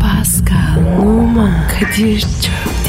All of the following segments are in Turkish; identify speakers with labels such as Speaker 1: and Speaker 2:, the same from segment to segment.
Speaker 1: Pascal, Oman, Kadir çok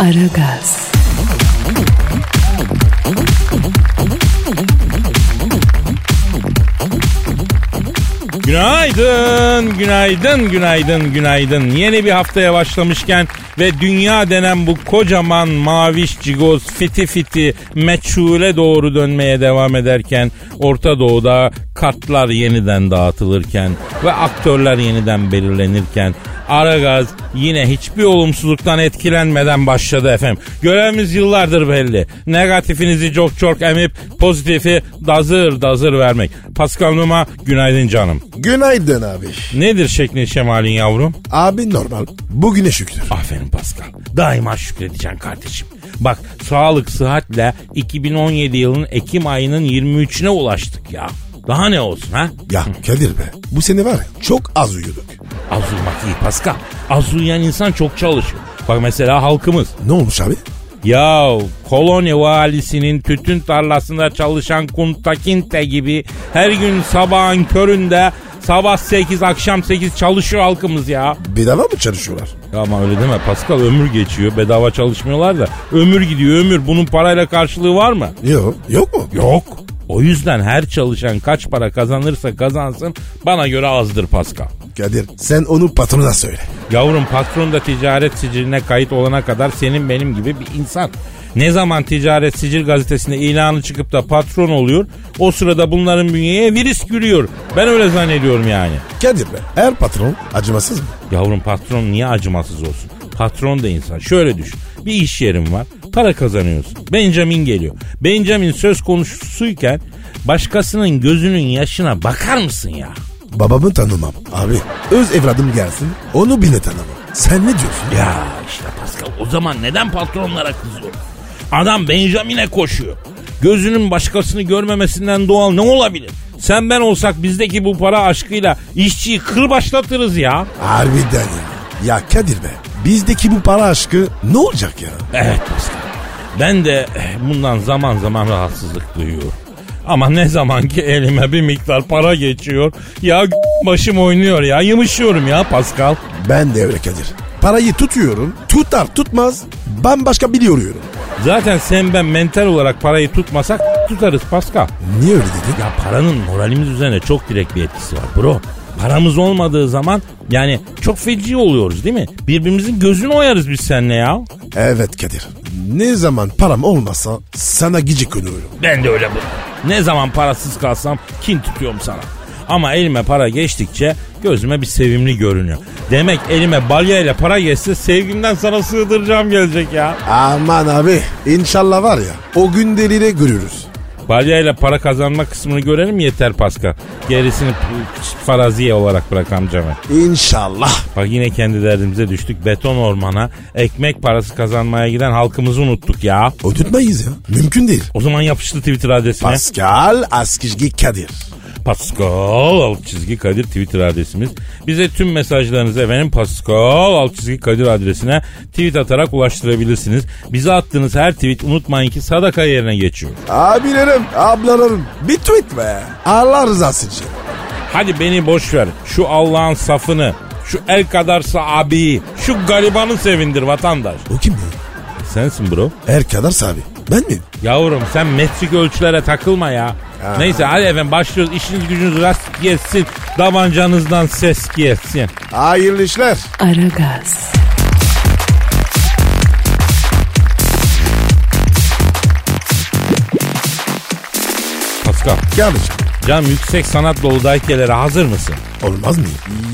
Speaker 1: Aragaz,
Speaker 2: Günaydın, günaydın, günaydın, günaydın. Yeni bir haftaya başlamışken ve dünya denen bu kocaman maviş cigoz fiti fiti meçhule doğru dönmeye devam ederken Orta Doğu'da kartlar yeniden dağıtılırken ve aktörler yeniden belirlenirken Aragaz yine hiçbir olumsuzluktan etkilenmeden başladı efendim. Görevimiz yıllardır belli. Negatifinizi çok çok emip pozitifi dazır dazır vermek. Pascal Numa günaydın canım.
Speaker 3: Günaydın abi.
Speaker 2: Nedir şeklin şemalin yavrum?
Speaker 3: Abi normal. Bugüne şükür.
Speaker 2: Aferin Pascal. Daima şükredeceksin kardeşim. Bak sağlık sıhhatle 2017 yılının Ekim ayının 23'üne ulaştık ya. Daha ne olsun ha?
Speaker 3: Ya Kadir be. Bu sene var ya çok az uyuduk.
Speaker 2: Az uyumak iyi Pascal. Az uyuyan insan çok çalışır. Bak mesela halkımız.
Speaker 3: Ne olmuş abi?
Speaker 2: Ya kolonya valisinin tütün tarlasında çalışan kuntakinte gibi her gün sabahın köründe sabah 8 akşam 8 çalışıyor halkımız ya.
Speaker 3: Bedava mı çalışıyorlar?
Speaker 2: Ya ama öyle deme Pascal ömür geçiyor bedava çalışmıyorlar da ömür gidiyor ömür bunun parayla karşılığı var mı?
Speaker 3: Yok. Yok mu?
Speaker 2: Yok. O yüzden her çalışan kaç para kazanırsa kazansın bana göre azdır Pascal.
Speaker 3: Kadir sen onu patrona söyle.
Speaker 2: Yavrum patron da ticaret siciline kayıt olana kadar senin benim gibi bir insan. Ne zaman ticaret sicil gazetesinde ilanı çıkıp da patron oluyor o sırada bunların bünyeye virüs giriyor. Ben öyle zannediyorum yani.
Speaker 3: Kadir be. Her patron acımasız mı?
Speaker 2: Yavrum patron niye acımasız olsun? Patron da insan. Şöyle düşün. Bir iş yerim var. Para kazanıyorsun. Benjamin geliyor. Benjamin söz konusuyken başkasının gözünün yaşına bakar mısın ya?
Speaker 3: Babamı tanımam. Abi öz evladım gelsin onu bile tanımam. Sen ne diyorsun?
Speaker 2: Ya işte Pascal o zaman neden patronlara kızıyor? Adam Benjamin'e koşuyor. Gözünün başkasını görmemesinden doğal ne olabilir? Sen ben olsak bizdeki bu para aşkıyla işçiyi kırbaçlatırız ya.
Speaker 3: Harbiden ya. Ya Kadir be. Bizdeki bu para aşkı ne olacak ya?
Speaker 2: Evet Pascal. Ben de eh, bundan zaman zaman rahatsızlık duyuyorum. Ama ne zaman ki elime bir miktar para geçiyor ya başım oynuyor ya yımışıyorum ya Pascal.
Speaker 3: Ben de öyle Kadir. Parayı tutuyorum. Tutar tutmaz bambaşka biri yoruyorum.
Speaker 2: Zaten sen ben mental olarak parayı tutmasak tutarız Pascal.
Speaker 3: Niye öyle dedin?
Speaker 2: Ya paranın moralimiz üzerine çok direkt bir etkisi var bro. Paramız olmadığı zaman yani çok feci oluyoruz değil mi? Birbirimizin gözünü oyarız biz seninle ya.
Speaker 3: Evet Kadir. Ne zaman param olmasa sana gıcık oluyorum.
Speaker 2: Ben de öyle bu. Ne zaman parasız kalsam kin tutuyorum sana. Ama elime para geçtikçe gözüme bir sevimli görünüyor. Demek elime balya ile para geçse sevgimden sana sığdıracağım gelecek ya.
Speaker 3: Aman abi inşallah var ya o gün delile görürüz.
Speaker 2: Balya ile para kazanma kısmını görelim yeter Pascal. Gerisini p- faraziye olarak bırak amcama.
Speaker 3: İnşallah.
Speaker 2: Bak yine kendi derdimize düştük. Beton ormana ekmek parası kazanmaya giden halkımızı unuttuk ya.
Speaker 3: O tutmayız ya. Mümkün değil.
Speaker 2: O zaman yapıştı Twitter adresine.
Speaker 3: Pascal Askizgi Kadir.
Speaker 2: Pascal alt çizgi Kadir Twitter adresimiz. Bize tüm mesajlarınızı efendim Pascal alt çizgi Kadir adresine tweet atarak ulaştırabilirsiniz. Bize attığınız her tweet unutmayın ki sadaka yerine geçiyor.
Speaker 3: Abilerim, ablalarım bir tweet be. Allah rızası için.
Speaker 2: Hadi beni boş ver. Şu Allah'ın safını, şu el kadarsa abiyi, şu garibanı sevindir vatandaş.
Speaker 3: O kim ya?
Speaker 2: Sensin bro.
Speaker 3: Er kadar abi. Ben miyim?
Speaker 2: Yavrum sen metrik ölçülere takılma ya. Neyse hadi efendim başlıyoruz. İşiniz gücünüz rast gelsin. Davancanızdan ses gelsin.
Speaker 3: Hayırlı işler.
Speaker 1: Aragaz,
Speaker 2: Pascal.
Speaker 3: Kardeşim.
Speaker 2: Cam yüksek sanat dolu daikelere hazır mısın?
Speaker 3: Olmaz mı?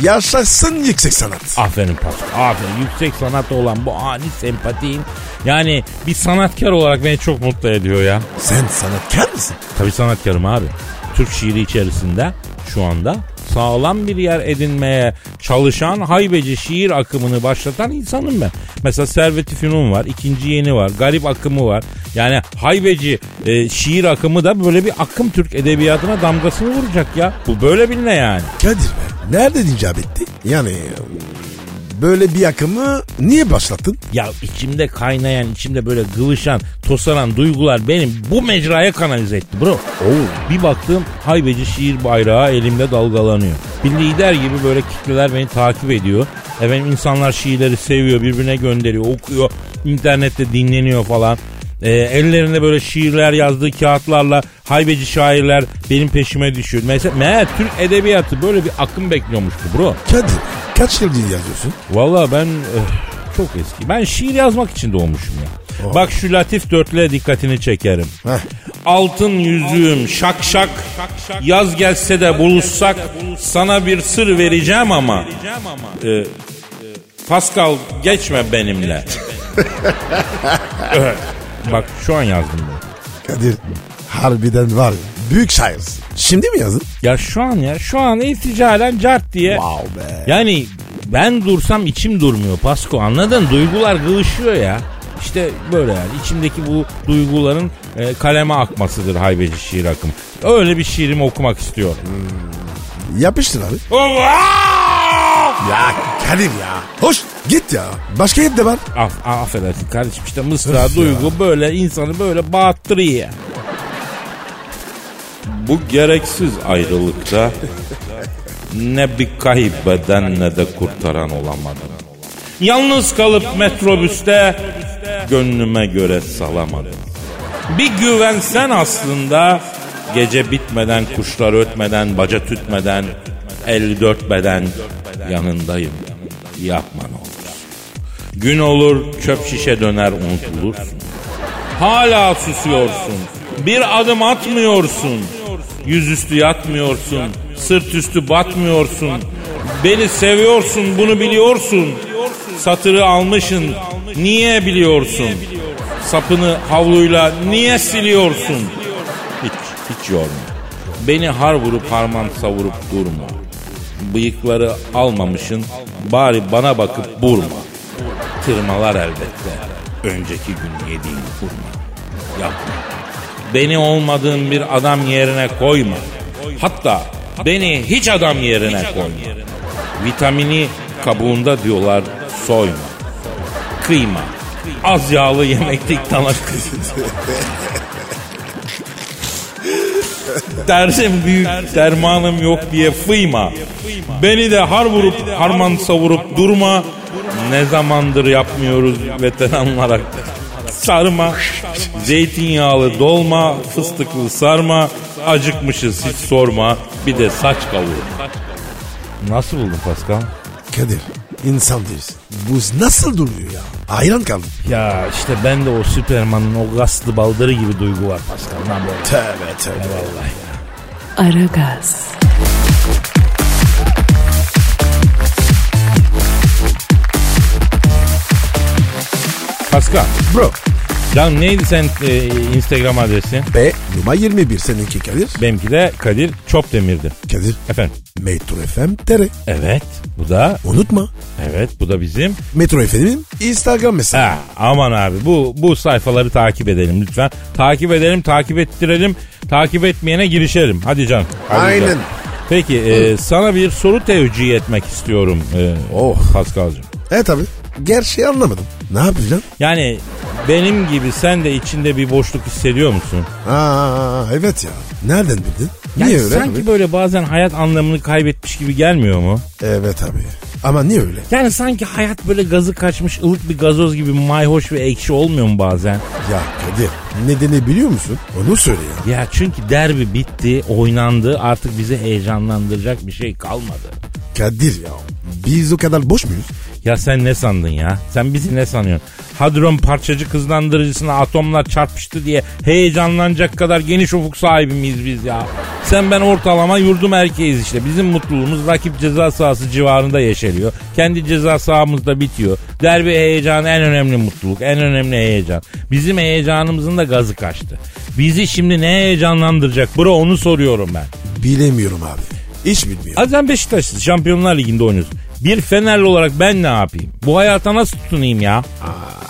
Speaker 3: Yaşasın yüksek sanat.
Speaker 2: Aferin Pascal. Aferin. Yüksek sanata olan bu ani sempatin. Yani bir sanatkar olarak beni çok mutlu ediyor ya.
Speaker 3: Sen sanatkar mısın?
Speaker 2: Tabii sanatkarım abi. Türk şiiri içerisinde şu anda sağlam bir yer edinmeye çalışan haybeci şiir akımını başlatan insanım ben. Mesela Servet-i Fünun var, ikinci yeni var, garip akımı var. Yani haybeci e, şiir akımı da böyle bir akım Türk edebiyatına damgasını vuracak ya. Bu böyle biline yani.
Speaker 3: Kadir be. Nereden icap etti? Yani böyle bir akımı niye başlattın?
Speaker 2: Ya içimde kaynayan, içimde böyle gıvışan, tosaran duygular benim bu mecraya kanalize etti bro. Bir baktım haybeci şiir bayrağı elimde dalgalanıyor. Bir lider gibi böyle kitleler beni takip ediyor. Efendim insanlar şiirleri seviyor, birbirine gönderiyor, okuyor, internette dinleniyor falan. E, ellerinde böyle şiirler yazdığı kağıtlarla haybeci şairler benim peşime düşüyor. Mesela meğer Türk edebiyatı böyle bir akım bekliyormuştu bro.
Speaker 3: Kadir kaç yıldır yazıyorsun?
Speaker 2: Valla ben öf, çok eski. Ben şiir yazmak için doğmuşum ya. Bak şu latif dörtlüğe dikkatini çekerim.
Speaker 3: Heh.
Speaker 2: Altın yüzüğüm şak şak yaz gelse de buluşsak sana bir sır vereceğim ama e, Pascal geçme benimle. Evet. Bak şu an yazdım bunu.
Speaker 3: Kadir harbiden var ya. Büyük şairsin. Şimdi mi yazdın?
Speaker 2: Ya şu an ya şu an isticalen cart diye.
Speaker 3: Wow be.
Speaker 2: Yani ben dursam içim durmuyor Pasko anladın? Duygular gıvışıyor ya. İşte böyle yani içimdeki bu duyguların e, kaleme akmasıdır haybeci şiir akımı. Öyle bir şiirimi okumak istiyorum.
Speaker 3: Yapıştır abi. Ya Kadir ya. Hoş git ya. Başka yerde var.
Speaker 2: Af, affedersin kardeşim işte mısra
Speaker 3: Öf ya.
Speaker 2: duygu böyle insanı böyle bağıttırıyor. Bu gereksiz ayrılıkta ne bir kaybeden ne de kurtaran olamadım. Yalnız kalıp metrobüste gönlüme göre salamadım. Bir güvensen aslında gece bitmeden kuşlar ötmeden baca tütmeden el dörtmeden yanındayım. Yapma ne olur. Gün olur çöp şişe döner unutulursun. Hala susuyorsun. Bir adım atmıyorsun. Yüzüstü yatmıyorsun. Sırt üstü batmıyorsun. Beni seviyorsun bunu biliyorsun. Satırı almışın. Niye biliyorsun? Sapını havluyla niye siliyorsun? Hiç, hiç yorma. Beni har vurup harman savurup durma. Bıyıkları almamışın bari bana bakıp vurma. Tırmalar elbette. Önceki gün yediğin kurma. Yapma. Beni olmadığın bir adam yerine koyma. Hatta beni hiç adam yerine koyma. Vitamini kabuğunda diyorlar soyma. Kıyma. Az yağlı yemeklik dana Dersim büyük, dermanım yok diye fıyma. Beni de har vurup harman savurup durma. Ne zamandır yapmıyoruz veteranlara sarma. Zeytinyağlı dolma, fıstıklı sarma. Acıkmışız hiç sorma. Bir de saç kavurma. Nasıl buldun Pascal?
Speaker 3: Kadir insan değilsin. Bu nasıl duruyor ya? Hayran kaldım.
Speaker 2: Ya işte ben de o Süperman'ın o gaslı baldırı gibi duygu var Pascal. Ne böyle?
Speaker 3: Tövbe tövbe.
Speaker 2: Vallahi.
Speaker 1: Aragaz,
Speaker 2: Pascal.
Speaker 3: Bro.
Speaker 2: Can neydi sen e, Instagram adresin?
Speaker 3: B numara 21 seninki Kadir.
Speaker 2: Benimki de Kadir Çopdemir'di.
Speaker 3: Kadir.
Speaker 2: Efendim?
Speaker 3: Metro FM TR.
Speaker 2: Evet. Bu da
Speaker 3: Unutma.
Speaker 2: evet bu da bizim.
Speaker 3: Metro FM'in Instagram mesajı.
Speaker 2: Ha, aman abi bu bu sayfaları takip edelim lütfen. Takip edelim, takip ettirelim. Takip etmeyene girişelim. Hadi can. hadi
Speaker 3: Aynen.
Speaker 2: can. Peki e, sana bir soru tevcih etmek istiyorum. E,
Speaker 3: Oh.
Speaker 2: Pascal'cığım.
Speaker 3: E tabi. Gerçeği anlamadım. Ne yapacaksın?
Speaker 2: Yani benim gibi sen de içinde bir boşluk hissediyor musun?
Speaker 3: Aa evet ya. Nereden bildin?
Speaker 2: Yani
Speaker 3: niye öyle?
Speaker 2: sanki
Speaker 3: abi?
Speaker 2: böyle bazen hayat anlamını kaybetmiş gibi gelmiyor mu?
Speaker 3: Evet abi. Ama niye öyle?
Speaker 2: Yani sanki hayat böyle gazı kaçmış ılık bir gazoz gibi mayhoş ve ekşi olmuyor mu bazen?
Speaker 3: Ya Kadir nedeni biliyor musun? Onu söyle ya.
Speaker 2: Ya çünkü derbi bitti, oynandı. Artık bizi heyecanlandıracak bir şey kalmadı.
Speaker 3: Kadir ya. Biz o kadar boş muyuz?
Speaker 2: Ya sen ne sandın ya? Sen bizi ne sanıyorsun? Hadron parçacı kızlandırıcısına atomlar çarpıştı diye heyecanlanacak kadar geniş ufuk sahibi miyiz biz ya? Sen ben ortalama yurdum erkeğiz işte. Bizim mutluluğumuz rakip ceza sahası civarında yeşeriyor. Kendi ceza sahamızda bitiyor. Derbi heyecanı en önemli mutluluk, en önemli heyecan. Bizim heyecanımızın da gazı kaçtı. Bizi şimdi ne heyecanlandıracak bro onu soruyorum ben.
Speaker 3: Bilemiyorum abi. Hiç bilmiyor.
Speaker 2: Azem Beşiktaş'ız. Şampiyonlar Ligi'nde oynuyoruz. Bir Fenerli olarak ben ne yapayım? Bu hayata nasıl tutunayım ya?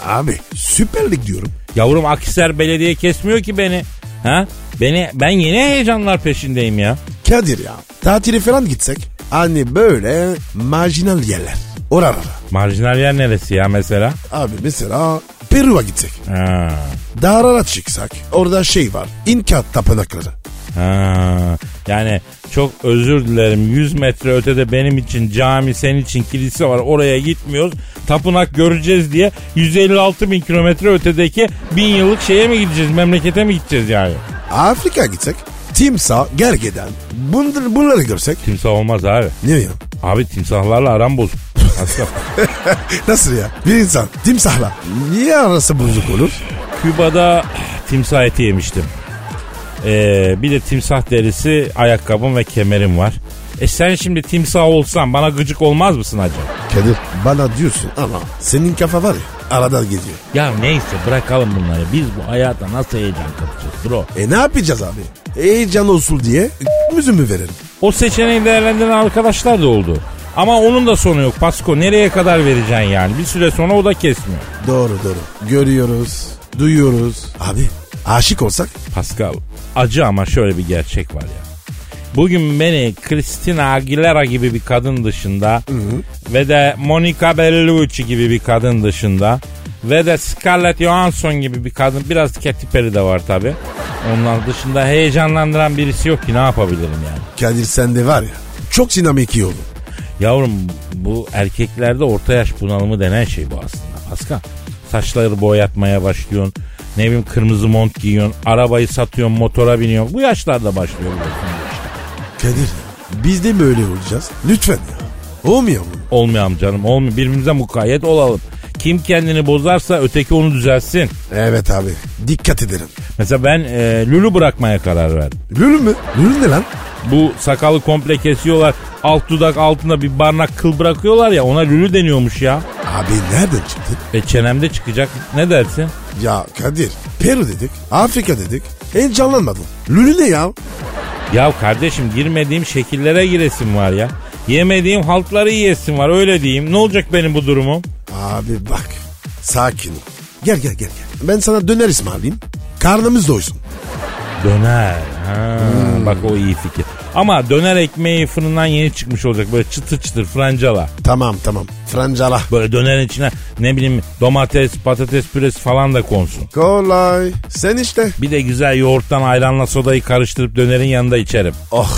Speaker 3: Abi Süper Lig diyorum.
Speaker 2: Yavrum Akhisar Belediye kesmiyor ki beni. Ha? Beni ben yeni heyecanlar peşindeyim ya.
Speaker 3: Kadir ya. Tatile falan gitsek. Hani böyle marjinal yerler. Oralara.
Speaker 2: Marjinal yer neresi ya mesela?
Speaker 3: Abi mesela Peru'a gitsek.
Speaker 2: Ha.
Speaker 3: Dağlara çıksak. Orada şey var. İnkat tapınakları.
Speaker 2: Ha. Yani çok özür dilerim. 100 metre ötede benim için cami, senin için kilise var. Oraya gitmiyoruz. Tapınak göreceğiz diye 156 bin kilometre ötedeki bin yıllık şeye mi gideceğiz? Memlekete mi gideceğiz yani?
Speaker 3: Afrika gitsek. Timsah, gergeden. Bunları, bunları görsek.
Speaker 2: Timsah olmaz abi.
Speaker 3: Ne ya?
Speaker 2: Abi timsahlarla aram bozuk. Aslında
Speaker 3: Nasıl ya? Bir insan timsahla. Niye arası bozuk olur?
Speaker 2: Küba'da timsah eti yemiştim. Ee, bir de timsah derisi ayakkabım ve kemerim var. E sen şimdi timsah olsan bana gıcık olmaz mısın acaba?
Speaker 3: Kadir bana diyorsun ama senin kafa var ya arada gidiyor.
Speaker 2: Ya neyse bırakalım bunları. Biz bu hayata nasıl heyecan katacağız bro?
Speaker 3: E ne yapacağız abi? Heyecan olsun diye müzümü verelim.
Speaker 2: O seçeneği değerlendiren arkadaşlar da oldu. Ama onun da sonu yok Pasko. Nereye kadar vereceksin yani? Bir süre sonra o da kesmiyor.
Speaker 3: Doğru doğru. Görüyoruz, duyuyoruz. Abi aşık olsak
Speaker 2: Pascal acı ama şöyle bir gerçek var ya. Bugün beni Christina Aguilera gibi bir kadın dışında ve de Monica Bellucci gibi bir kadın dışında ve de Scarlett Johansson gibi bir kadın biraz Katy Perry de var tabi. Onlar dışında heyecanlandıran birisi yok ki ne yapabilirim yani.
Speaker 3: Kadir sende var ya çok dinamik iyi olur.
Speaker 2: Yavrum bu erkeklerde orta yaş bunalımı denen şey bu aslında Pascal. Saçları boyatmaya başlıyorsun. Ne bileyim kırmızı mont giyiyorsun. Arabayı satıyorsun, motora biniyorsun. Bu yaşlarda başlıyor bu yaşlarda işte.
Speaker 3: Kadir biz de böyle olacağız. Lütfen ya. Olmuyor mu?
Speaker 2: Olmayalım canım olmuyor. Birbirimize mukayyet olalım. Kim kendini bozarsa öteki onu düzelsin.
Speaker 3: Evet abi dikkat edelim.
Speaker 2: Mesela ben e, lülü bırakmaya karar verdim.
Speaker 3: Lülü mü? Lülü ne lan?
Speaker 2: Bu sakalı komple kesiyorlar. Alt dudak altında bir barnak kıl bırakıyorlar ya ona lülü deniyormuş ya.
Speaker 3: Abi nereden çıktı?
Speaker 2: E çenemde çıkacak. Ne dersin?
Speaker 3: Ya Kadir Peru dedik, Afrika dedik. Heyecanlanmadım. Lülü ne ya?
Speaker 2: Ya kardeşim girmediğim şekillere giresim var ya. Yemediğim haltları yiyesim var öyle diyeyim. Ne olacak benim bu durumum?
Speaker 3: Abi bak sakin ol. Gel gel gel. gel. Ben sana döner ısmarlayayım. Karnımız doysun.
Speaker 2: Döner. Ha, Bak o iyi fikir. Ama döner ekmeği fırından yeni çıkmış olacak. Böyle çıtır çıtır francala.
Speaker 3: Tamam tamam. Francala.
Speaker 2: Böyle dönerin içine ne bileyim domates, patates püresi falan da konsun.
Speaker 3: Kolay. Sen işte.
Speaker 2: Bir de güzel yoğurttan ayranla sodayı karıştırıp dönerin yanında içerim.
Speaker 3: Oh.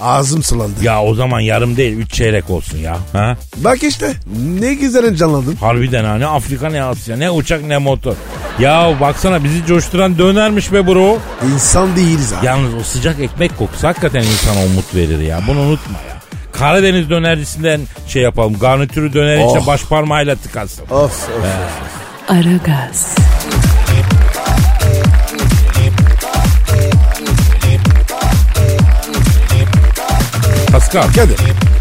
Speaker 3: Ağzım sulandı.
Speaker 2: Ya o zaman yarım değil üç çeyrek olsun ya. Ha?
Speaker 3: Bak işte. Ne güzel canlandın.
Speaker 2: Harbiden ha ne Afrika ne Asya ne uçak ne motor. Ya baksana bizi coşturan dönermiş be bro.
Speaker 3: İnsan değiliz abi.
Speaker 2: Yalnız o sıcak ekmek kokusu hakikaten insana umut verir ya. Bunu unutma ya. Karadeniz dönercisinden şey yapalım. Garnitürü dönerin içine
Speaker 3: Oh.
Speaker 2: baş parmağıyla tıkansın.
Speaker 3: Of of.
Speaker 1: Aragaz.
Speaker 2: Pascal.
Speaker 3: Kadir.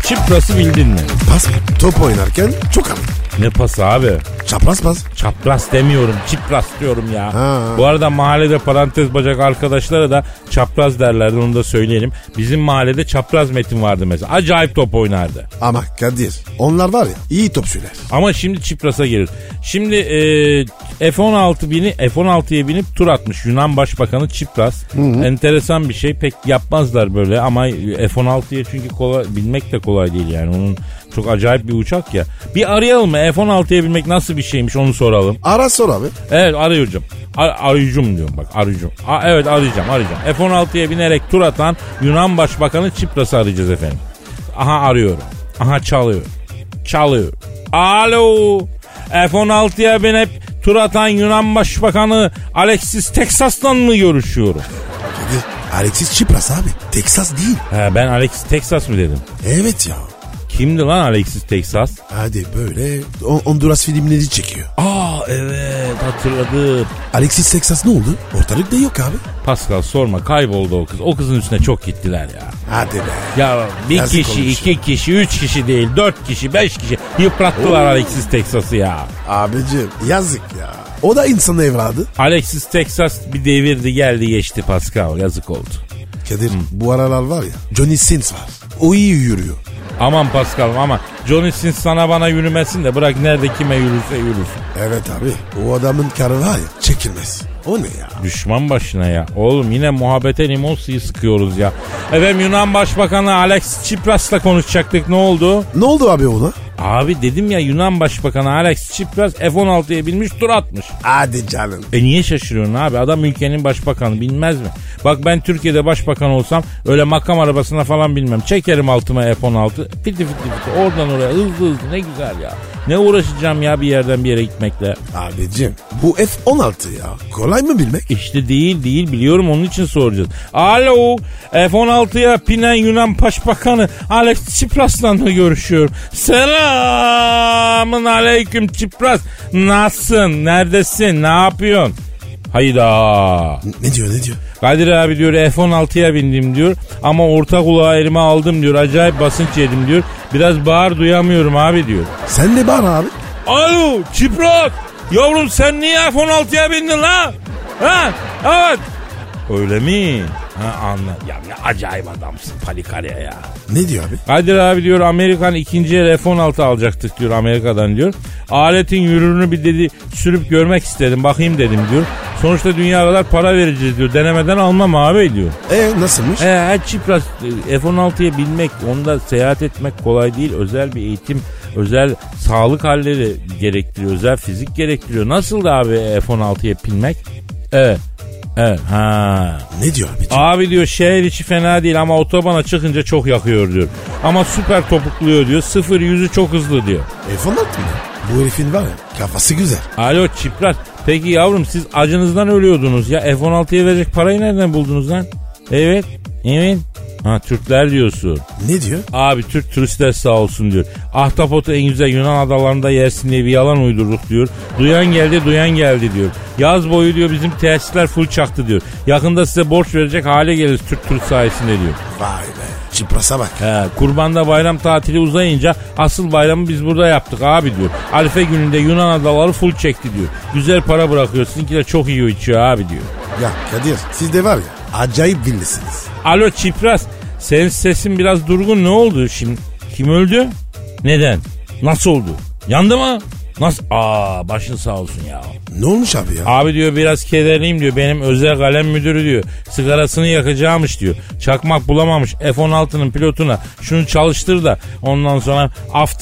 Speaker 2: Çipras'ı bildin mi?
Speaker 3: Pas. Top oynarken çok abi.
Speaker 2: Ne pası abi?
Speaker 3: Çapraz pas.
Speaker 2: Çapraz demiyorum. Çipras diyorum ya.
Speaker 3: Ha.
Speaker 2: Bu arada mahallede parantez bacak arkadaşlara da çapraz derlerdi onu da söyleyelim. Bizim mahallede çapraz metin vardı mesela. Acayip top oynardı.
Speaker 3: Ama Kadir. Onlar var ya iyi top sürer.
Speaker 2: Ama şimdi Çipras'a geliyoruz. Şimdi e, F-16 bini F-16'ya binip tur atmış Yunan Başbakanı Çipras. Enteresan bir şey. Pek yapmazlar böyle ama F-16'ya çünkü kolay, bilmek de kolay değil yani. Onun çok acayip bir uçak ya. Bir arayalım mı? F-16'ya binmek nasıl bir şeymiş onu soralım.
Speaker 3: Ara sor abi.
Speaker 2: Evet arayacağım. Ar- arayacağım diyorum bak arayacağım. A- evet arayacağım arayacağım. F-16'ya binerek tur atan Yunan Başbakanı Çipras'ı arayacağız efendim. Aha arıyorum. Aha çalıyor. Çalıyor. Alo. F-16'ya binip tur atan Yunan Başbakanı Alexis Texas'tan mı görüşüyorum?
Speaker 3: Kadir. Alexis Çipras abi. Texas değil.
Speaker 2: He, ben Alexis Texas mı dedim?
Speaker 3: Evet ya.
Speaker 2: Kimdi lan Alexis Texas?
Speaker 3: Hadi böyle o- Honduras filmleri çekiyor.
Speaker 2: Aa evet hatırladım.
Speaker 3: Alexis Texas ne oldu? Ortalıkta yok abi.
Speaker 2: Pascal sorma kayboldu o kız. O kızın üstüne çok gittiler ya.
Speaker 3: Hadi be.
Speaker 2: Ya bir
Speaker 3: Yazık
Speaker 2: kişi,
Speaker 3: olmuş
Speaker 2: iki kişi, üç kişi değil, dört kişi, beş kişi yıprattılar Alexis Texas'ı ya.
Speaker 3: Abicim yazık ya. O da insanın evladı.
Speaker 2: Alexis Texas bir devirdi geldi geçti Pascal yazık oldu.
Speaker 3: Kadir bu aralar var ya Johnny Sins var. o iyi yürüyor.
Speaker 2: Aman Paskal'ım aman. Johnny Sins sana bana yürümesin de bırak nerede kime yürürse yürürsün.
Speaker 3: Evet abi o adamın karı var ya çekilmez. O ne ya?
Speaker 2: Düşman başına ya. Oğlum yine muhabbete limon suyu sıkıyoruz ya. Efendim Yunan Başbakanı Alex Tsipras'la konuşacaktık ne oldu?
Speaker 3: Ne oldu abi ona?
Speaker 2: Abi dedim ya Yunan Başbakanı Alex Tsipras F-16'ya binmiş tur atmış.
Speaker 3: Hadi canım.
Speaker 2: E niye şaşırıyorsun abi? Adam ülkenin başbakanı bilmez mi? Bak ben Türkiye'de başbakan olsam öyle makam arabasına falan bilmem. Çekerim altıma F-16. Fiti fiti fiti oradan oraya hızlı hızlı ne güzel ya. Ne uğraşacağım ya bir yerden bir yere gitmekle.
Speaker 3: Abicim bu F-16 ya. Kolay mı bilmek?
Speaker 2: İşte değil değil biliyorum onun için soracağız. Alo F-16'ya binen Yunan Başbakanı Alex Tsipras'la da görüşüyorum. Selamın aleyküm Tsipras. Nasılsın? Neredesin? Ne yapıyorsun? Hayda.
Speaker 3: Ne diyor ne diyor?
Speaker 2: Kadir abi diyor F-16'ya bindim diyor ama orta kulağı elime aldım diyor acayip basınç yedim diyor. Biraz bağır duyamıyorum abi diyor.
Speaker 3: Sen de bağır abi.
Speaker 2: Alo Çiprak yavrum sen niye F-16'ya bindin la? Ha evet. Öyle mi? Ha anla. Ya ne acayip adamsın Palikarya ya.
Speaker 3: Ne diyor abi?
Speaker 2: Kadir abi diyor Amerikan ikinci el F-16 alacaktık diyor Amerika'dan diyor. Aletin yürürünü bir dedi sürüp görmek istedim bakayım dedim diyor. Sonuçta dünya kadar para vereceğiz diyor. Denemeden almam abi diyor.
Speaker 3: E nasılmış?
Speaker 2: He, her çipras e, F-16'ya binmek, onda seyahat etmek kolay değil. Özel bir eğitim, özel sağlık halleri gerektiriyor, özel fizik gerektiriyor. Nasıl da abi F-16'ya binmek? Evet. Evet. Ha.
Speaker 3: Ne diyor abicim?
Speaker 2: Abi diyor şehir içi fena değil ama otobana çıkınca çok yakıyor diyor. Ama süper topukluyor diyor. Sıfır yüzü çok hızlı diyor.
Speaker 3: F-16 mı? Bu herifin var ya kafası güzel.
Speaker 2: Alo Çipras. Peki yavrum siz acınızdan ölüyordunuz ya. F-16'ya verecek parayı nereden buldunuz lan? Evet. Evet. Ha Türkler diyorsun.
Speaker 3: Ne diyor?
Speaker 2: Abi Türk turistler sağ olsun diyor. Ahtapotu en güzel Yunan adalarında yersin diye bir yalan uydurduk diyor. Duyan geldi duyan geldi diyor. Yaz boyu diyor bizim tesisler full çaktı diyor. Yakında size borç verecek hale geliriz Türk turist sayesinde diyor.
Speaker 3: Vay be. Çiprasa bak.
Speaker 2: He, kurbanda bayram tatili uzayınca asıl bayramı biz burada yaptık abi diyor. Arife gününde Yunan adaları full çekti diyor. Güzel para bırakıyor sizinkiler çok iyi içiyor abi diyor.
Speaker 3: Ya Kadir siz de var ya acayip billisiniz.
Speaker 2: Alo Çipras senin sesin biraz durgun ne oldu şimdi? Kim öldü? Neden? Nasıl oldu? Yandı mı? Nasıl? Aa başın sağ olsun ya.
Speaker 3: Ne olmuş abi ya?
Speaker 2: Abi diyor biraz kederliyim diyor. Benim özel kalem müdürü diyor. Sigarasını yakacağımış diyor. Çakmak bulamamış F-16'nın pilotuna. Şunu çalıştır da ondan sonra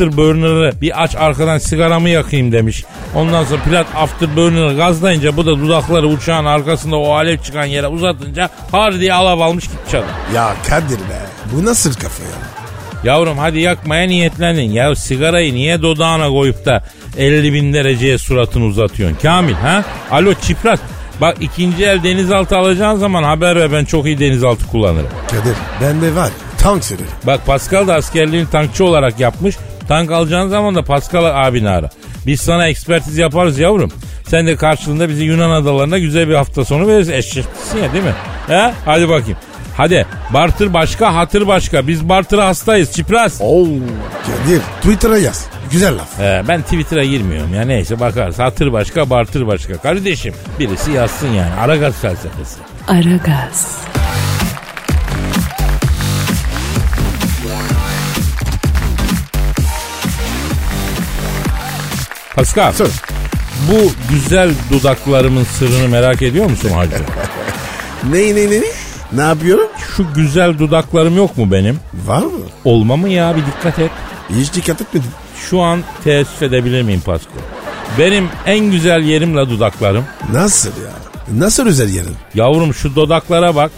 Speaker 2: afterburner'ı bir aç arkadan sigaramı yakayım demiş. Ondan sonra pilot afterburner'ı gazlayınca bu da dudakları uçağın arkasında o alev çıkan yere uzatınca har diye alav almış gitmiş adam.
Speaker 3: Ya Kadir be. Bu nasıl kafa ya?
Speaker 2: Yavrum hadi yakmaya niyetlenin. Ya sigarayı niye dodağına koyup da 50 bin dereceye suratını uzatıyorsun Kamil ha? Alo çiprat. Bak ikinci el denizaltı alacağın zaman haber ver ben çok iyi denizaltı kullanırım.
Speaker 3: Kadir ben de var ya, tank sürerim.
Speaker 2: Bak Pascal da askerliğini tankçı olarak yapmış. Tank alacağın zaman da Pascal abini ara. Biz sana ekspertiz yaparız yavrum. Sen de karşılığında bizi Yunan adalarına güzel bir hafta sonu verirsin. Eşreflisin ya değil mi? He? Hadi bakayım. Hadi bartır başka hatır başka. Biz bartıra hastayız çipras.
Speaker 3: Oo. Kadir Twitter'a yaz. Güzel laf.
Speaker 2: Ee, ben Twitter'a girmiyorum ya neyse bakarız. Hatır başka bartır başka. Kardeşim birisi yazsın yani. Aragaz felsefesi.
Speaker 1: Aragaz,
Speaker 2: Pascal
Speaker 3: Sor.
Speaker 2: bu güzel dudaklarımın sırrını merak ediyor musun hacı?
Speaker 3: Ne ne ne ne? Ne yapıyorum?
Speaker 2: Şu güzel dudaklarım yok mu benim?
Speaker 3: Var mı?
Speaker 2: Olma mı ya bir dikkat et.
Speaker 3: Hiç dikkat etmedim.
Speaker 2: Şu an teessüf edebilir miyim Pasko? Benim en güzel yerimle dudaklarım.
Speaker 3: Nasıl ya? Nasıl özel yerin?
Speaker 2: Yavrum şu dudaklara bak.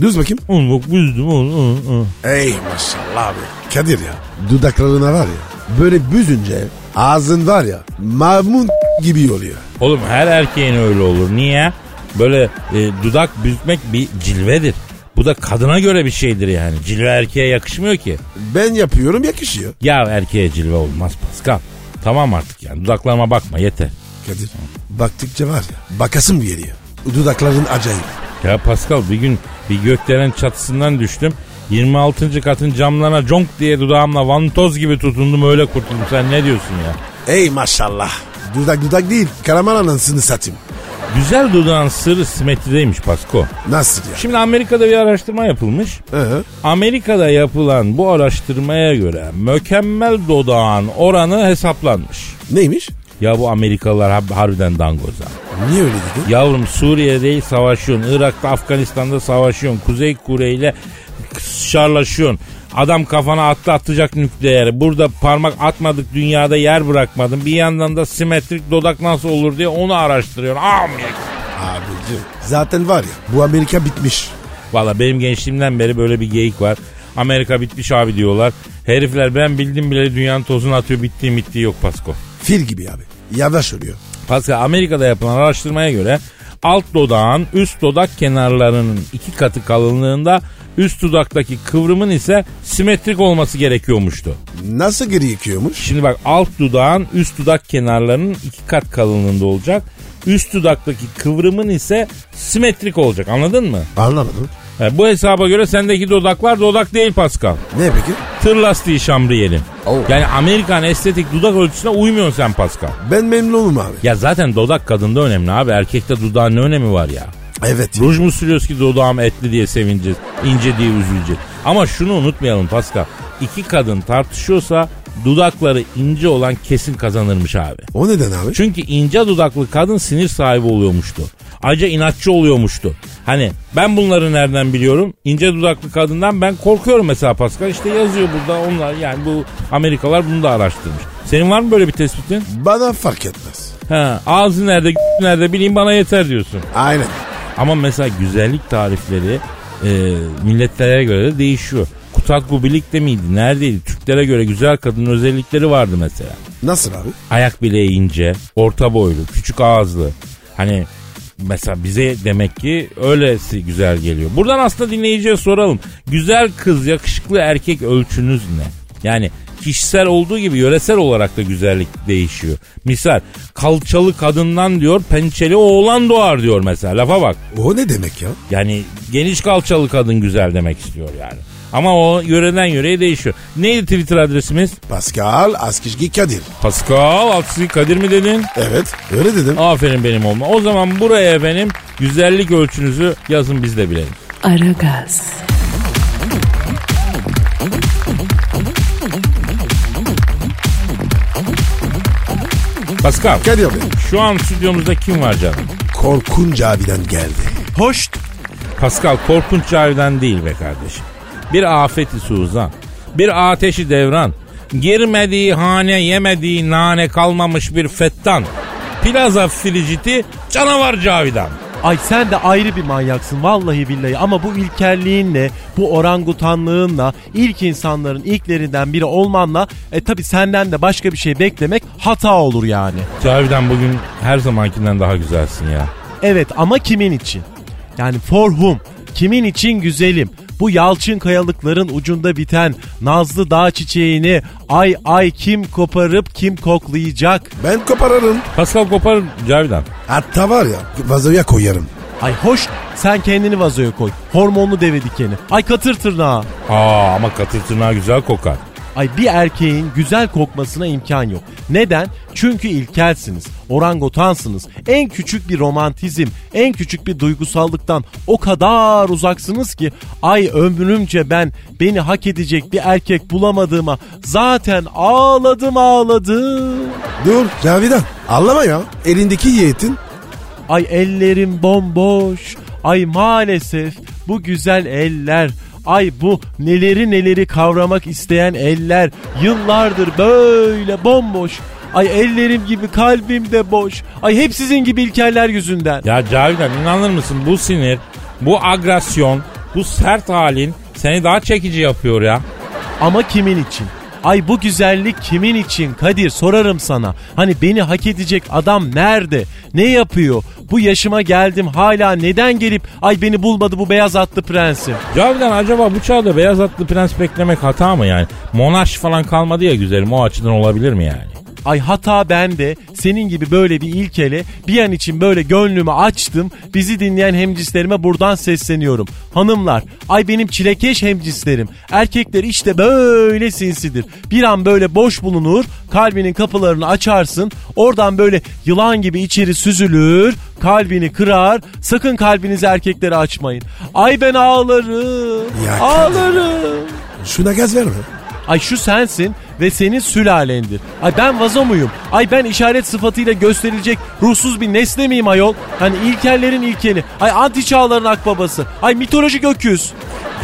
Speaker 3: Düz bakayım.
Speaker 2: Un bak büzdüm un, un, un.
Speaker 3: Ey maşallah abi. Kadir ya. Dudaklarına var ya. Böyle büzünce ağzın var ya. Mamun gibi oluyor.
Speaker 2: Oğlum her erkeğin öyle olur. Niye? Böyle e, dudak büzmek bir cilvedir. Bu da kadına göre bir şeydir yani. Cilve erkeğe yakışmıyor ki.
Speaker 3: Ben yapıyorum yakışıyor.
Speaker 2: Ya erkeğe cilve olmaz Pascal. Tamam artık yani dudaklarıma bakma yeter.
Speaker 3: Kadir baktıkça var ya bakasım geliyor. Dudakların acayip.
Speaker 2: Ya Pascal bir gün bir gökdelen çatısından düştüm. 26. katın camlarına conk diye dudağımla vantoz gibi tutundum öyle kurtuldum. Sen ne diyorsun ya?
Speaker 3: Ey maşallah. Dudak dudak değil karaman anasını satayım.
Speaker 2: Güzel dudağın sırrı simetrideymiş Pasko.
Speaker 3: Nasıl ya?
Speaker 2: Şimdi Amerika'da bir araştırma yapılmış.
Speaker 3: Hı.
Speaker 2: Amerika'da yapılan bu araştırmaya göre mükemmel dudağın oranı hesaplanmış.
Speaker 3: Neymiş?
Speaker 2: Ya bu Amerikalılar har- harbiden dangoza.
Speaker 3: Niye öyle dedin?
Speaker 2: Yavrum Suriye'de değil savaşıyorsun. Irak'ta Afganistan'da savaşıyorsun. Kuzey Kore ile şarlaşıyorsun. Adam kafana attı atacak nükleeri. Burada parmak atmadık dünyada yer bırakmadın. Bir yandan da simetrik dodak nasıl olur diye onu araştırıyorsun. Amk.
Speaker 3: Abicim zaten var ya bu Amerika bitmiş.
Speaker 2: Valla benim gençliğimden beri böyle bir geyik var. Amerika bitmiş abi diyorlar. Herifler ben bildim bile dünyanın tozunu atıyor bittiği bittiği yok Pasko.
Speaker 3: Fil gibi abi. Yavaş oluyor.
Speaker 2: Pascal Amerika'da yapılan araştırmaya göre alt dodağın üst dudak kenarlarının iki katı kalınlığında üst dudaktaki kıvrımın ise simetrik olması gerekiyormuştu.
Speaker 3: Nasıl geri yıkıyormuş?
Speaker 2: Şimdi bak alt dudağın üst dudak kenarlarının iki kat kalınlığında olacak. Üst dudaktaki kıvrımın ise simetrik olacak anladın mı?
Speaker 3: Anlamadım.
Speaker 2: E, bu hesaba göre sendeki dodaklar dodak değil Pascal.
Speaker 3: Ne peki?
Speaker 2: Tır lastiği şamriyelim.
Speaker 3: Oh.
Speaker 2: Yani Amerikan estetik dudak ölçüsüne uymuyorsun sen Pascal.
Speaker 3: Ben memnunum abi.
Speaker 2: Ya zaten dodak kadında önemli abi. Erkekte dudağın ne önemi var ya?
Speaker 3: Evet.
Speaker 2: Ruj mu sürüyoruz ki dudağım etli diye sevineceğiz. ince diye üzüleceğiz. Ama şunu unutmayalım Pascal. İki kadın tartışıyorsa dudakları ince olan kesin kazanırmış abi.
Speaker 3: O neden abi?
Speaker 2: Çünkü ince dudaklı kadın sinir sahibi oluyormuştu. Ayrıca inatçı oluyormuştu. Hani ben bunları nereden biliyorum? İnce dudaklı kadından ben korkuyorum mesela Pascal. İşte yazıyor burada onlar yani bu Amerikalar bunu da araştırmış. Senin var mı böyle bir tespitin?
Speaker 3: Bana fark etmez.
Speaker 2: Ha, ağzı nerede, nerede bileyim bana yeter diyorsun.
Speaker 3: Aynen.
Speaker 2: Ama mesela güzellik tarifleri e, milletlere göre de değişiyor. Kutatku birlikte miydi? Neredeydi? Türklere göre güzel kadın özellikleri vardı mesela.
Speaker 3: Nasıl abi?
Speaker 2: Ayak bileği ince, orta boylu, küçük ağızlı. Hani mesela bize demek ki öylesi güzel geliyor. Buradan aslında dinleyiciye soralım. Güzel kız, yakışıklı erkek ölçünüz ne? Yani kişisel olduğu gibi yöresel olarak da güzellik değişiyor. Misal kalçalı kadından diyor pençeli oğlan doğar diyor mesela lafa bak.
Speaker 3: O ne demek ya?
Speaker 2: Yani geniş kalçalı kadın güzel demek istiyor yani. Ama o yöreden yöreye değişiyor. Neydi Twitter adresimiz?
Speaker 3: Pascal Askizgi Kadir.
Speaker 2: Pascal Askizgi Kadir mi dedin?
Speaker 3: Evet öyle dedim.
Speaker 2: Aferin benim olma. O zaman buraya efendim güzellik ölçünüzü yazın biz de bilelim.
Speaker 1: Aragaz,
Speaker 2: Pascal
Speaker 3: Kadir abi
Speaker 2: şu an stüdyomuzda kim var canım?
Speaker 3: korkunç abiden geldi.
Speaker 2: Hoş. Pascal korkunç Cavidan değil be kardeşim. Bir afeti suzan, bir ateşi devran, girmediği hane yemediği nane kalmamış bir fettan. Plaza filiciti canavar Cavidan.
Speaker 4: Ay sen de ayrı bir manyaksın vallahi billahi ama bu ilkelliğinle, bu orangutanlığınla, ilk insanların ilklerinden biri olmanla e tabi senden de başka bir şey beklemek hata olur yani.
Speaker 2: Cavidan bugün her zamankinden daha güzelsin ya.
Speaker 4: Evet ama kimin için? Yani for whom? Kimin için güzelim? Bu yalçın kayalıkların ucunda biten nazlı dağ çiçeğini ay ay kim koparıp kim koklayacak?
Speaker 3: Ben koparırım.
Speaker 2: Pascal kopar Cavidan.
Speaker 3: Hatta var ya vazoya koyarım.
Speaker 4: Ay hoş sen kendini vazoya koy. Hormonlu deve dikeni. Ay katır tırnağı.
Speaker 2: Aa ama katır tırnağı güzel kokar.
Speaker 4: Ay bir erkeğin güzel kokmasına imkan yok. Neden? Çünkü ilkelsiniz, orangotansınız. En küçük bir romantizm, en küçük bir duygusallıktan o kadar uzaksınız ki ay ömrümce ben beni hak edecek bir erkek bulamadığıma zaten ağladım ağladım.
Speaker 3: Dur Cavidan ağlama ya. Elindeki yiğitin
Speaker 4: Ay ellerim bomboş. Ay maalesef bu güzel eller. Ay bu neleri neleri kavramak isteyen eller. Yıllardır böyle bomboş. Ay ellerim gibi kalbim de boş. Ay hep sizin gibi ilkeller yüzünden.
Speaker 2: Ya Cavidan inanır mısın bu sinir, bu agresyon, bu sert halin seni daha çekici yapıyor ya.
Speaker 4: Ama kimin için? Ay bu güzellik kimin için Kadir sorarım sana. Hani beni hak edecek adam nerede? Ne yapıyor? Bu yaşıma geldim hala neden gelip ay beni bulmadı bu beyaz atlı prensim.
Speaker 2: Cavidan acaba bu çağda beyaz atlı prens beklemek hata mı yani? Monarş falan kalmadı ya güzelim o açıdan olabilir mi yani?
Speaker 4: Ay hata bende. Senin gibi böyle bir ilkeli bir an için böyle gönlümü açtım. Bizi dinleyen hemcislerime buradan sesleniyorum. Hanımlar, ay benim çilekeş hemcislerim. Erkekler işte böyle sinsidir. Bir an böyle boş bulunur, kalbinin kapılarını açarsın. Oradan böyle yılan gibi içeri süzülür, kalbini kırar. Sakın kalbinizi erkeklere açmayın. Ay ben ağlarım.
Speaker 3: Ya kadın.
Speaker 4: ağlarım.
Speaker 3: Şuna gaz verme.
Speaker 4: Ay şu sensin ve senin sülalendir. Ay ben vazo muyum? Ay ben işaret sıfatıyla gösterilecek ruhsuz bir nesne miyim ayol? Hani ilkellerin ilkeli. Ay anti çağların akbabası. Ay mitolojik öküz.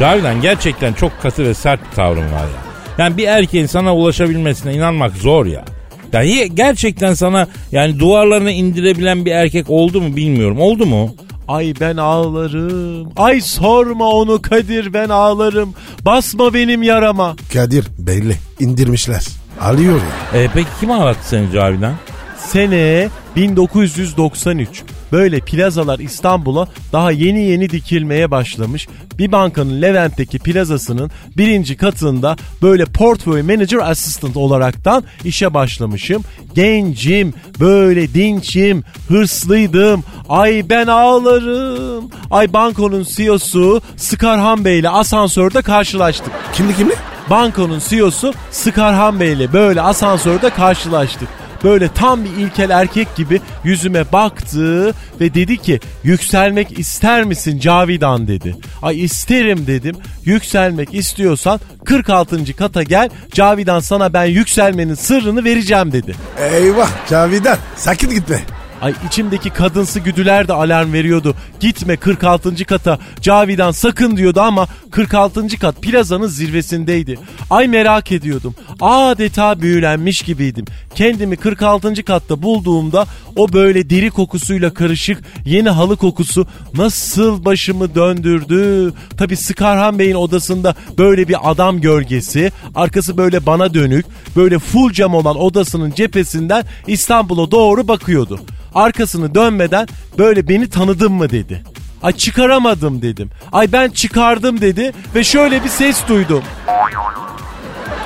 Speaker 2: Cavidan gerçekten çok katı ve sert bir tavrın var ya. Yani bir erkeğin sana ulaşabilmesine inanmak zor ya. Ya ye- gerçekten sana yani duvarlarını indirebilen bir erkek oldu mu bilmiyorum. Oldu mu?
Speaker 4: Ay ben ağlarım. Ay sorma onu Kadir ben ağlarım. Basma benim yarama.
Speaker 3: Kadir belli. indirmişler. Alıyor ya.
Speaker 2: E peki kim ağlattı seni Cavidan?
Speaker 4: Sene 1993. Böyle plazalar İstanbul'a daha yeni yeni dikilmeye başlamış. Bir bankanın Levent'teki plazasının birinci katında böyle portföy manager assistant olaraktan işe başlamışım. Gencim, böyle dinçim, hırslıydım. Ay ben ağlarım. Ay bankonun E CEO'su Skarhan Bey ile asansörde karşılaştık.
Speaker 3: Kimli kimli?
Speaker 4: Bankonun E CEO'su Skarhan Bey'le böyle asansörde karşılaştık. Böyle tam bir ilkel erkek gibi yüzüme baktı ve dedi ki yükselmek ister misin Cavidan dedi. Ay isterim dedim. Yükselmek istiyorsan 46. kata gel Cavidan sana ben yükselmenin sırrını vereceğim dedi.
Speaker 3: Eyvah Cavidan. Sakın gitme.
Speaker 4: Ay içimdeki kadınsı güdüler de alarm veriyordu. Gitme 46. kata Cavidan sakın diyordu ama 46. kat plazanın zirvesindeydi. Ay merak ediyordum. Adeta büyülenmiş gibiydim. Kendimi 46. katta bulduğumda o böyle deri kokusuyla karışık yeni halı kokusu nasıl başımı döndürdü. Tabi Skarhan Bey'in odasında böyle bir adam gölgesi, arkası böyle bana dönük, böyle full cam olan odasının cephesinden İstanbul'a doğru bakıyordu. Arkasını dönmeden böyle beni tanıdın mı dedi. Ay çıkaramadım dedim. Ay ben çıkardım dedi ve şöyle bir ses duydum.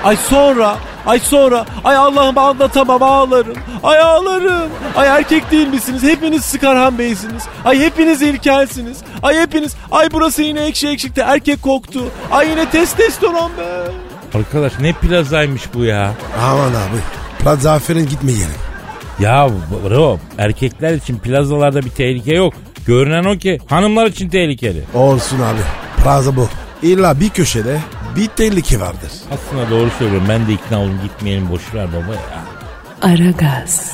Speaker 4: Ay sonra, ay sonra, ay Allah'ım anlatamam ağlarım. Ay ağlarım. Ay erkek değil misiniz? Hepiniz Sıkarhan Bey'siniz. Ay hepiniz ilkelsiniz. Ay hepiniz, ay burası yine ekşi ekşikte erkek koktu. Ay yine testosteron be.
Speaker 2: Arkadaş ne plazaymış bu ya.
Speaker 3: Aman abi. Plaza aferin gitme yere.
Speaker 2: Ya bro erkekler için plazalarda bir tehlike yok. Görünen o ki hanımlar için tehlikeli.
Speaker 3: Olsun abi. Plaza bu. İlla bir köşede bir tehlike vardır.
Speaker 2: Aslında doğru söylüyorum ben de ikna oldum gitmeyelim boşver baba ya.
Speaker 1: Aragaz,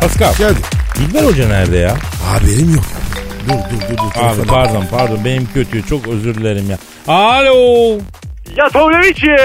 Speaker 2: Pascal.
Speaker 3: Geldi.
Speaker 2: İlber Hoca nerede ya?
Speaker 3: Haberim yok. Dur dur dur. dur.
Speaker 2: Abi
Speaker 3: Telefon-
Speaker 2: pardon pardon benim kötü çok özür dilerim ya. Alo.
Speaker 5: Ya Pavlovic'i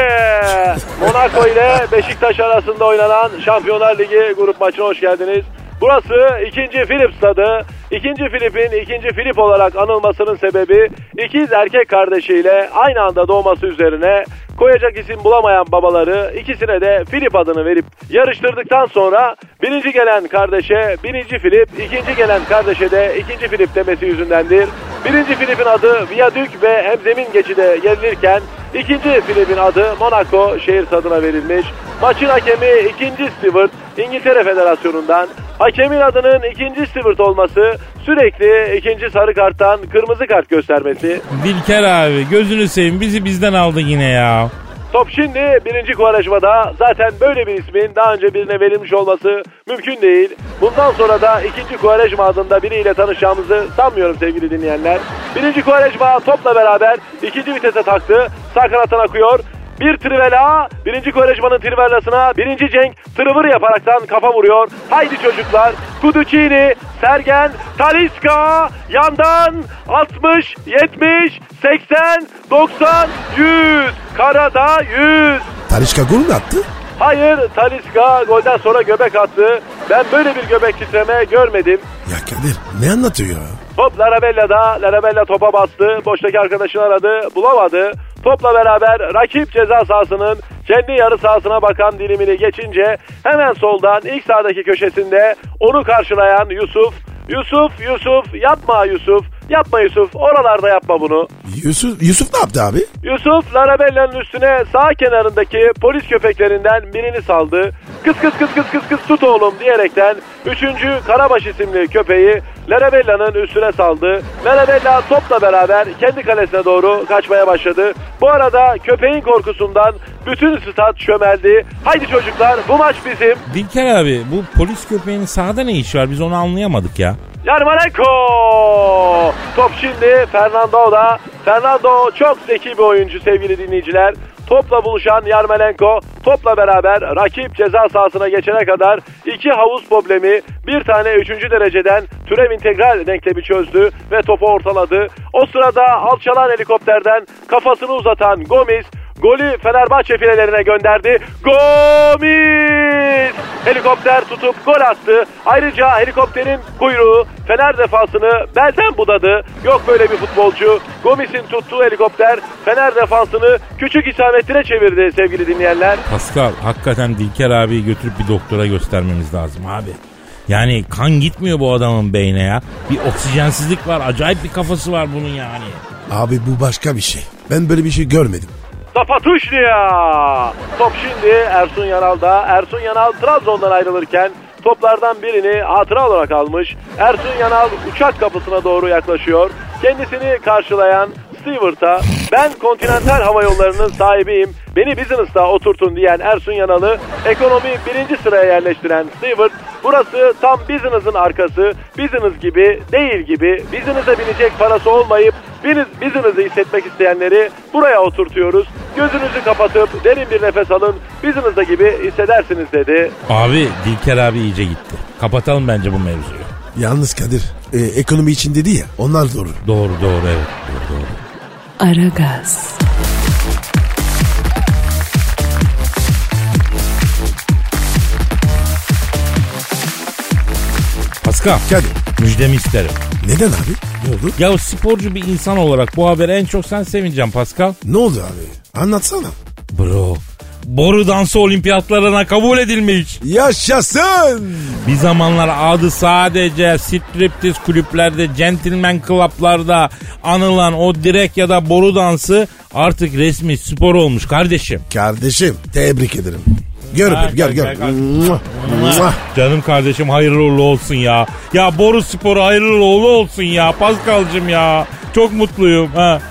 Speaker 5: Monaco ile Beşiktaş arasında oynanan Şampiyonlar Ligi grup maçına hoş geldiniz. Burası 2. Philip stadı. 2. Philip'in 2. Philip olarak anılmasının sebebi ikiz erkek kardeşiyle aynı anda doğması üzerine koyacak isim bulamayan babaları ikisine de Philip adını verip yarıştırdıktan sonra birinci gelen kardeşe birinci Philip, ikinci gelen kardeşe de ikinci Philip demesi yüzündendir. Birinci Philip'in adı Viyadük ve Hemzemin Geçi'de yazılırken İkinci Filip'in adı Monaco şehir stadına verilmiş. Maçın hakemi ikinci Stewart İngiltere Federasyonu'ndan. Hakemin adının ikinci Stewart olması sürekli ikinci sarı karttan kırmızı kart göstermesi.
Speaker 2: Dilker abi gözünü seveyim bizi bizden aldı yine ya.
Speaker 5: Top şimdi birinci kuvarajmada zaten böyle bir ismin daha önce birine verilmiş olması mümkün değil. Bundan sonra da ikinci kuvarajma adında biriyle tanışacağımızı sanmıyorum sevgili dinleyenler. Birinci kuvarajma topla beraber ikinci vitese taktı. Sağ kanattan akıyor. Bir trivela, birinci kuvarajmanın trivelasına birinci Cenk tırıvır yaparaktan kafa vuruyor. Haydi çocuklar. Kuducini, Sergen, Taliska, yandan 60, 70, 80, 90, 100. Karada 100.
Speaker 3: Talişka gol mü attı?
Speaker 5: Hayır Taliska golden sonra göbek attı. Ben böyle bir göbek titreme görmedim.
Speaker 3: Ya Kadir ne anlatıyor ya?
Speaker 5: Top Larabella'da. Larabella topa bastı. Boştaki arkadaşını aradı. Bulamadı. Topla beraber rakip ceza sahasının kendi yarı sahasına bakan dilimini geçince hemen soldan ilk sağdaki köşesinde onu karşılayan Yusuf. Yusuf, Yusuf, yapma Yusuf, yapma Yusuf, oralarda yapma bunu.
Speaker 3: Yusuf, Yusuf ne yaptı abi?
Speaker 5: Yusuf Larabella'nın üstüne sağ kenarındaki polis köpeklerinden birini saldı. Kıs kıs kıs kıs kıs kıs tut oğlum diyerekten 3. Karabaş isimli köpeği
Speaker 4: Lerabella'nın üstüne saldı. Lerabella topla beraber kendi kalesine doğru kaçmaya başladı. Bu arada köpeğin korkusundan bütün stat çömeldi. Haydi çocuklar bu maç bizim.
Speaker 2: Dilker abi bu polis köpeğinin sahada ne işi var biz onu anlayamadık ya.
Speaker 4: Yarmalenko! Top şimdi Fernando'da. Fernando çok zeki bir oyuncu sevgili dinleyiciler. Topla buluşan Yarmalenko topla beraber rakip ceza sahasına geçene kadar iki havuz problemi bir tane üçüncü dereceden türev integral denklemi çözdü ve topu ortaladı. O sırada alçalan helikopterden kafasını uzatan Gomis Golü Fenerbahçe filelerine gönderdi. Gomis! Helikopter tutup gol attı. Ayrıca helikopterin kuyruğu Fener defansını belden budadı. Yok böyle bir futbolcu. Gomis'in tuttuğu helikopter Fener defansını küçük isametine çevirdi sevgili dinleyenler.
Speaker 2: Pascal hakikaten Dilker abiyi götürüp bir doktora göstermemiz lazım abi. Yani kan gitmiyor bu adamın beyne ya. Bir oksijensizlik var. Acayip bir kafası var bunun yani.
Speaker 3: Abi bu başka bir şey. Ben böyle bir şey görmedim.
Speaker 4: Zapatuşnia! Top şimdi Ersun Yanal'da. Ersun Yanal Trabzon'dan ayrılırken toplardan birini hatıra olarak almış. Ersun Yanal uçak kapısına doğru yaklaşıyor. Kendisini karşılayan Stewart'a ben Continental Hava Yolları'nın sahibiyim. Beni business'ta oturtun diyen Ersun Yanal'ı ekonomi birinci sıraya yerleştiren Stewart burası tam business'ın arkası business gibi değil gibi business'e binecek parası olmayıp biz business'ı hissetmek isteyenleri buraya oturtuyoruz. Gözünüzü kapatıp derin bir nefes alın. Business'da gibi hissedersiniz dedi.
Speaker 2: Abi Dilker abi iyice gitti. Kapatalım bence bu mevzuyu.
Speaker 3: Yalnız Kadir e, ekonomi için dedi ya onlar doğru.
Speaker 2: Doğru doğru evet. Doğru, doğru.
Speaker 1: Aragaz,
Speaker 2: Pascal
Speaker 3: Kadir
Speaker 2: müjdemi isterim.
Speaker 3: neden abi? Ne oldu?
Speaker 2: Ya sporcu bir insan olarak bu habere en çok sen sevineceksin Pascal.
Speaker 3: Ne oldu abi? Anlatsana.
Speaker 2: Bro boru dansı olimpiyatlarına kabul edilmiş.
Speaker 3: Yaşasın!
Speaker 2: Bir zamanlar adı sadece striptiz kulüplerde, gentleman klaplarda anılan o direk ya da boru dansı artık resmi spor olmuş kardeşim.
Speaker 3: Kardeşim tebrik ederim. Gör
Speaker 2: Ha,
Speaker 3: öpeyim, gör
Speaker 2: gel,
Speaker 3: gör.
Speaker 2: gel, gel.
Speaker 3: Mua, mua.
Speaker 2: Canım kardeşim hayırlı uğurlu olsun ya. Ya boru sporu hayırlı uğurlu olsun ya Paskal'cım ya. Çok mutluyum ha.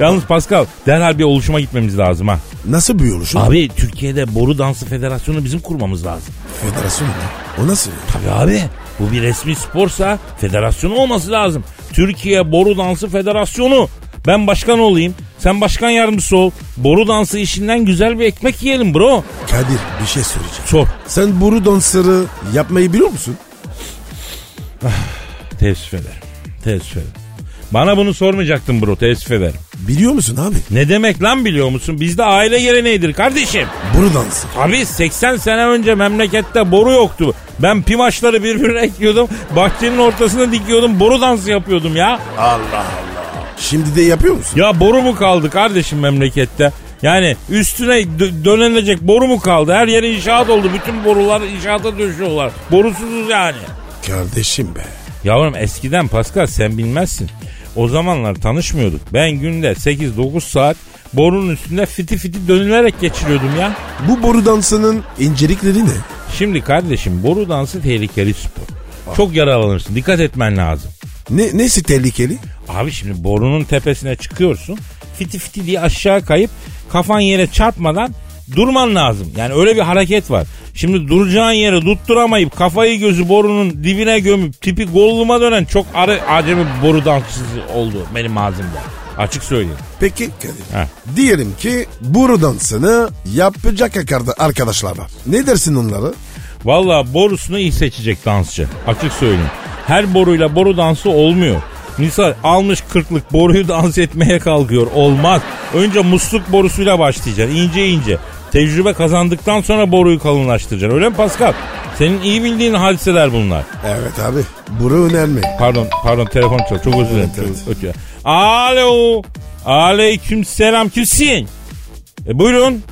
Speaker 2: Yalnız Pascal derhal bir oluşuma gitmemiz lazım ha.
Speaker 3: Nasıl bir oluşum?
Speaker 2: Abi Türkiye'de Boru Dansı Federasyonu bizim kurmamız lazım.
Speaker 3: Federasyon mu? O nasıl? ya?
Speaker 2: Tabii abi. Bu bir resmi sporsa federasyonu olması lazım. Türkiye Boru Dansı Federasyonu. Ben başkan olayım. Sen başkan yardımcısı ol. Boru dansı işinden güzel bir ekmek yiyelim bro.
Speaker 3: Kadir bir şey söyleyeceğim.
Speaker 2: Sor.
Speaker 3: Sen boru dansları yapmayı biliyor musun?
Speaker 2: Teessüf ederim. Teessüf ederim. Bana bunu sormayacaktın bro. Teessüf ederim.
Speaker 3: Biliyor musun abi?
Speaker 2: Ne demek lan biliyor musun? Bizde aile geleneğidir kardeşim.
Speaker 3: Boru dansı.
Speaker 2: Abi 80 sene önce memlekette boru yoktu. Ben pimaçları birbirine ekiyordum. Bahçenin ortasına dikiyordum. Boru dansı yapıyordum ya.
Speaker 3: Şimdi de yapıyor musun?
Speaker 2: Ya boru mu kaldı kardeşim memlekette? Yani üstüne dö- dönenecek boru mu kaldı? Her yere inşaat oldu. Bütün borular inşaata döşüyorlar. Borusuzuz yani.
Speaker 3: Kardeşim be.
Speaker 2: Yavrum eskiden Pascal sen bilmezsin. O zamanlar tanışmıyorduk. Ben günde 8-9 saat borunun üstünde fiti fiti dönülerek geçiriyordum ya.
Speaker 3: Bu boru dansının incelikleri ne?
Speaker 2: Şimdi kardeşim boru dansı tehlikeli spor. Çok yaralanırsın. Dikkat etmen lazım.
Speaker 3: Ne nesi tehlikeli?
Speaker 2: Abi şimdi borunun tepesine çıkıyorsun. Fiti fiti diye aşağı kayıp kafan yere çarpmadan durman lazım. Yani öyle bir hareket var. Şimdi duracağın yere tutturamayıp kafayı gözü borunun dibine gömüp tipi golluma dönen çok arı acemi bir boru dansçısı oldu benim ağzımda. Açık söyleyeyim.
Speaker 3: Peki Kadir.
Speaker 2: Ha.
Speaker 3: Diyelim ki boru dansını yapacak arkada- arkadaşlar var. Ne dersin onları?
Speaker 2: Valla borusunu iyi seçecek dansçı. Açık söyleyeyim. Her boruyla boru dansı olmuyor. Misal almış kırklık boruyu dans etmeye kalkıyor. Olmaz. Önce musluk borusuyla başlayacaksın. ince ince. Tecrübe kazandıktan sonra boruyu kalınlaştıracaksın. Öyle mi Pascal? Senin iyi bildiğin hadiseler bunlar.
Speaker 3: Evet abi. Boru önemli.
Speaker 2: Pardon, pardon telefon çalıyor. Çok özür dilerim.
Speaker 3: Evet,
Speaker 2: Çok ötüyor. Alo. Aleyküm selam. Kimsin? E, buyurun.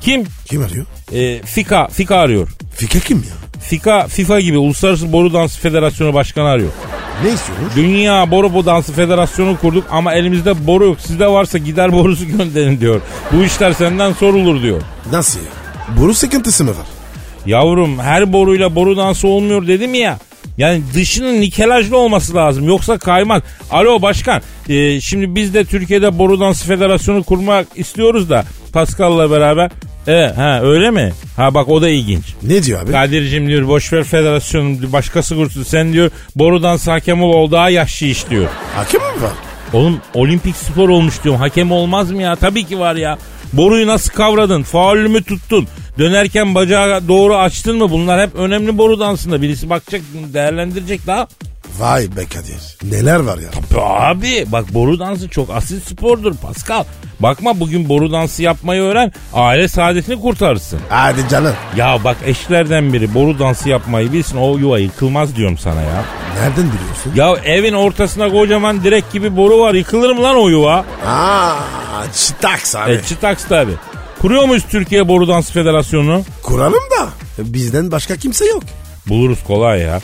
Speaker 2: Kim?
Speaker 3: Kim arıyor?
Speaker 2: E, Fika. Fika arıyor.
Speaker 3: Fikir kim ya?
Speaker 2: FIKA, FIFA gibi Uluslararası Boru Dansı Federasyonu Başkanı arıyor.
Speaker 3: Ne istiyormuş?
Speaker 2: Dünya Boru Bu Dansı Federasyonu kurduk ama elimizde boru yok. Sizde varsa gider borusu gönderin diyor. Bu işler senden sorulur diyor.
Speaker 3: Nasıl ya? Boru sıkıntısı mı var?
Speaker 2: Yavrum her boruyla boru dansı olmuyor dedim ya. Yani dışının nikelajlı olması lazım. Yoksa kaymaz. Alo başkan. e, şimdi biz de Türkiye'de Boru Dansı Federasyonu kurmak istiyoruz da Pascal'la beraber. E, ha öyle mi? Ha bak o da ilginç.
Speaker 3: Ne diyor abi?
Speaker 2: Kadir'cim diyor boşver federasyonu diyor, başkası kursun. Sen diyor borudan hakem ol o daha yaşlı iş diyor.
Speaker 3: Hakim mi var?
Speaker 2: Oğlum olimpik spor olmuş diyorum. Hakem olmaz mı ya? Tabii ki var ya. Boruyu nasıl kavradın? Faulü mü tuttun? Dönerken bacağı doğru açtın mı? Bunlar hep önemli boru dansında. Birisi bakacak, değerlendirecek daha.
Speaker 3: Vay be Kadir. Neler var ya?
Speaker 2: Abi bak boru dansı çok asil spordur Pascal. Bakma bugün boru dansı yapmayı öğren. Aile saadetini kurtarırsın.
Speaker 3: Hadi canım.
Speaker 2: Ya bak eşlerden biri boru dansı yapmayı bilsin o yuva yıkılmaz diyorum sana ya.
Speaker 3: Nereden biliyorsun?
Speaker 2: Ya evin ortasına kocaman direk gibi boru var yıkılır mı lan o yuva?
Speaker 3: Aa, çıtaks abi.
Speaker 2: E, çıtaks tabi. Kuruyor muyuz Türkiye Boru Dansı Federasyonu'nu?
Speaker 3: Kuralım da bizden başka kimse yok.
Speaker 2: Buluruz kolay ya.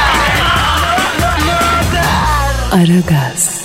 Speaker 1: Aragaz.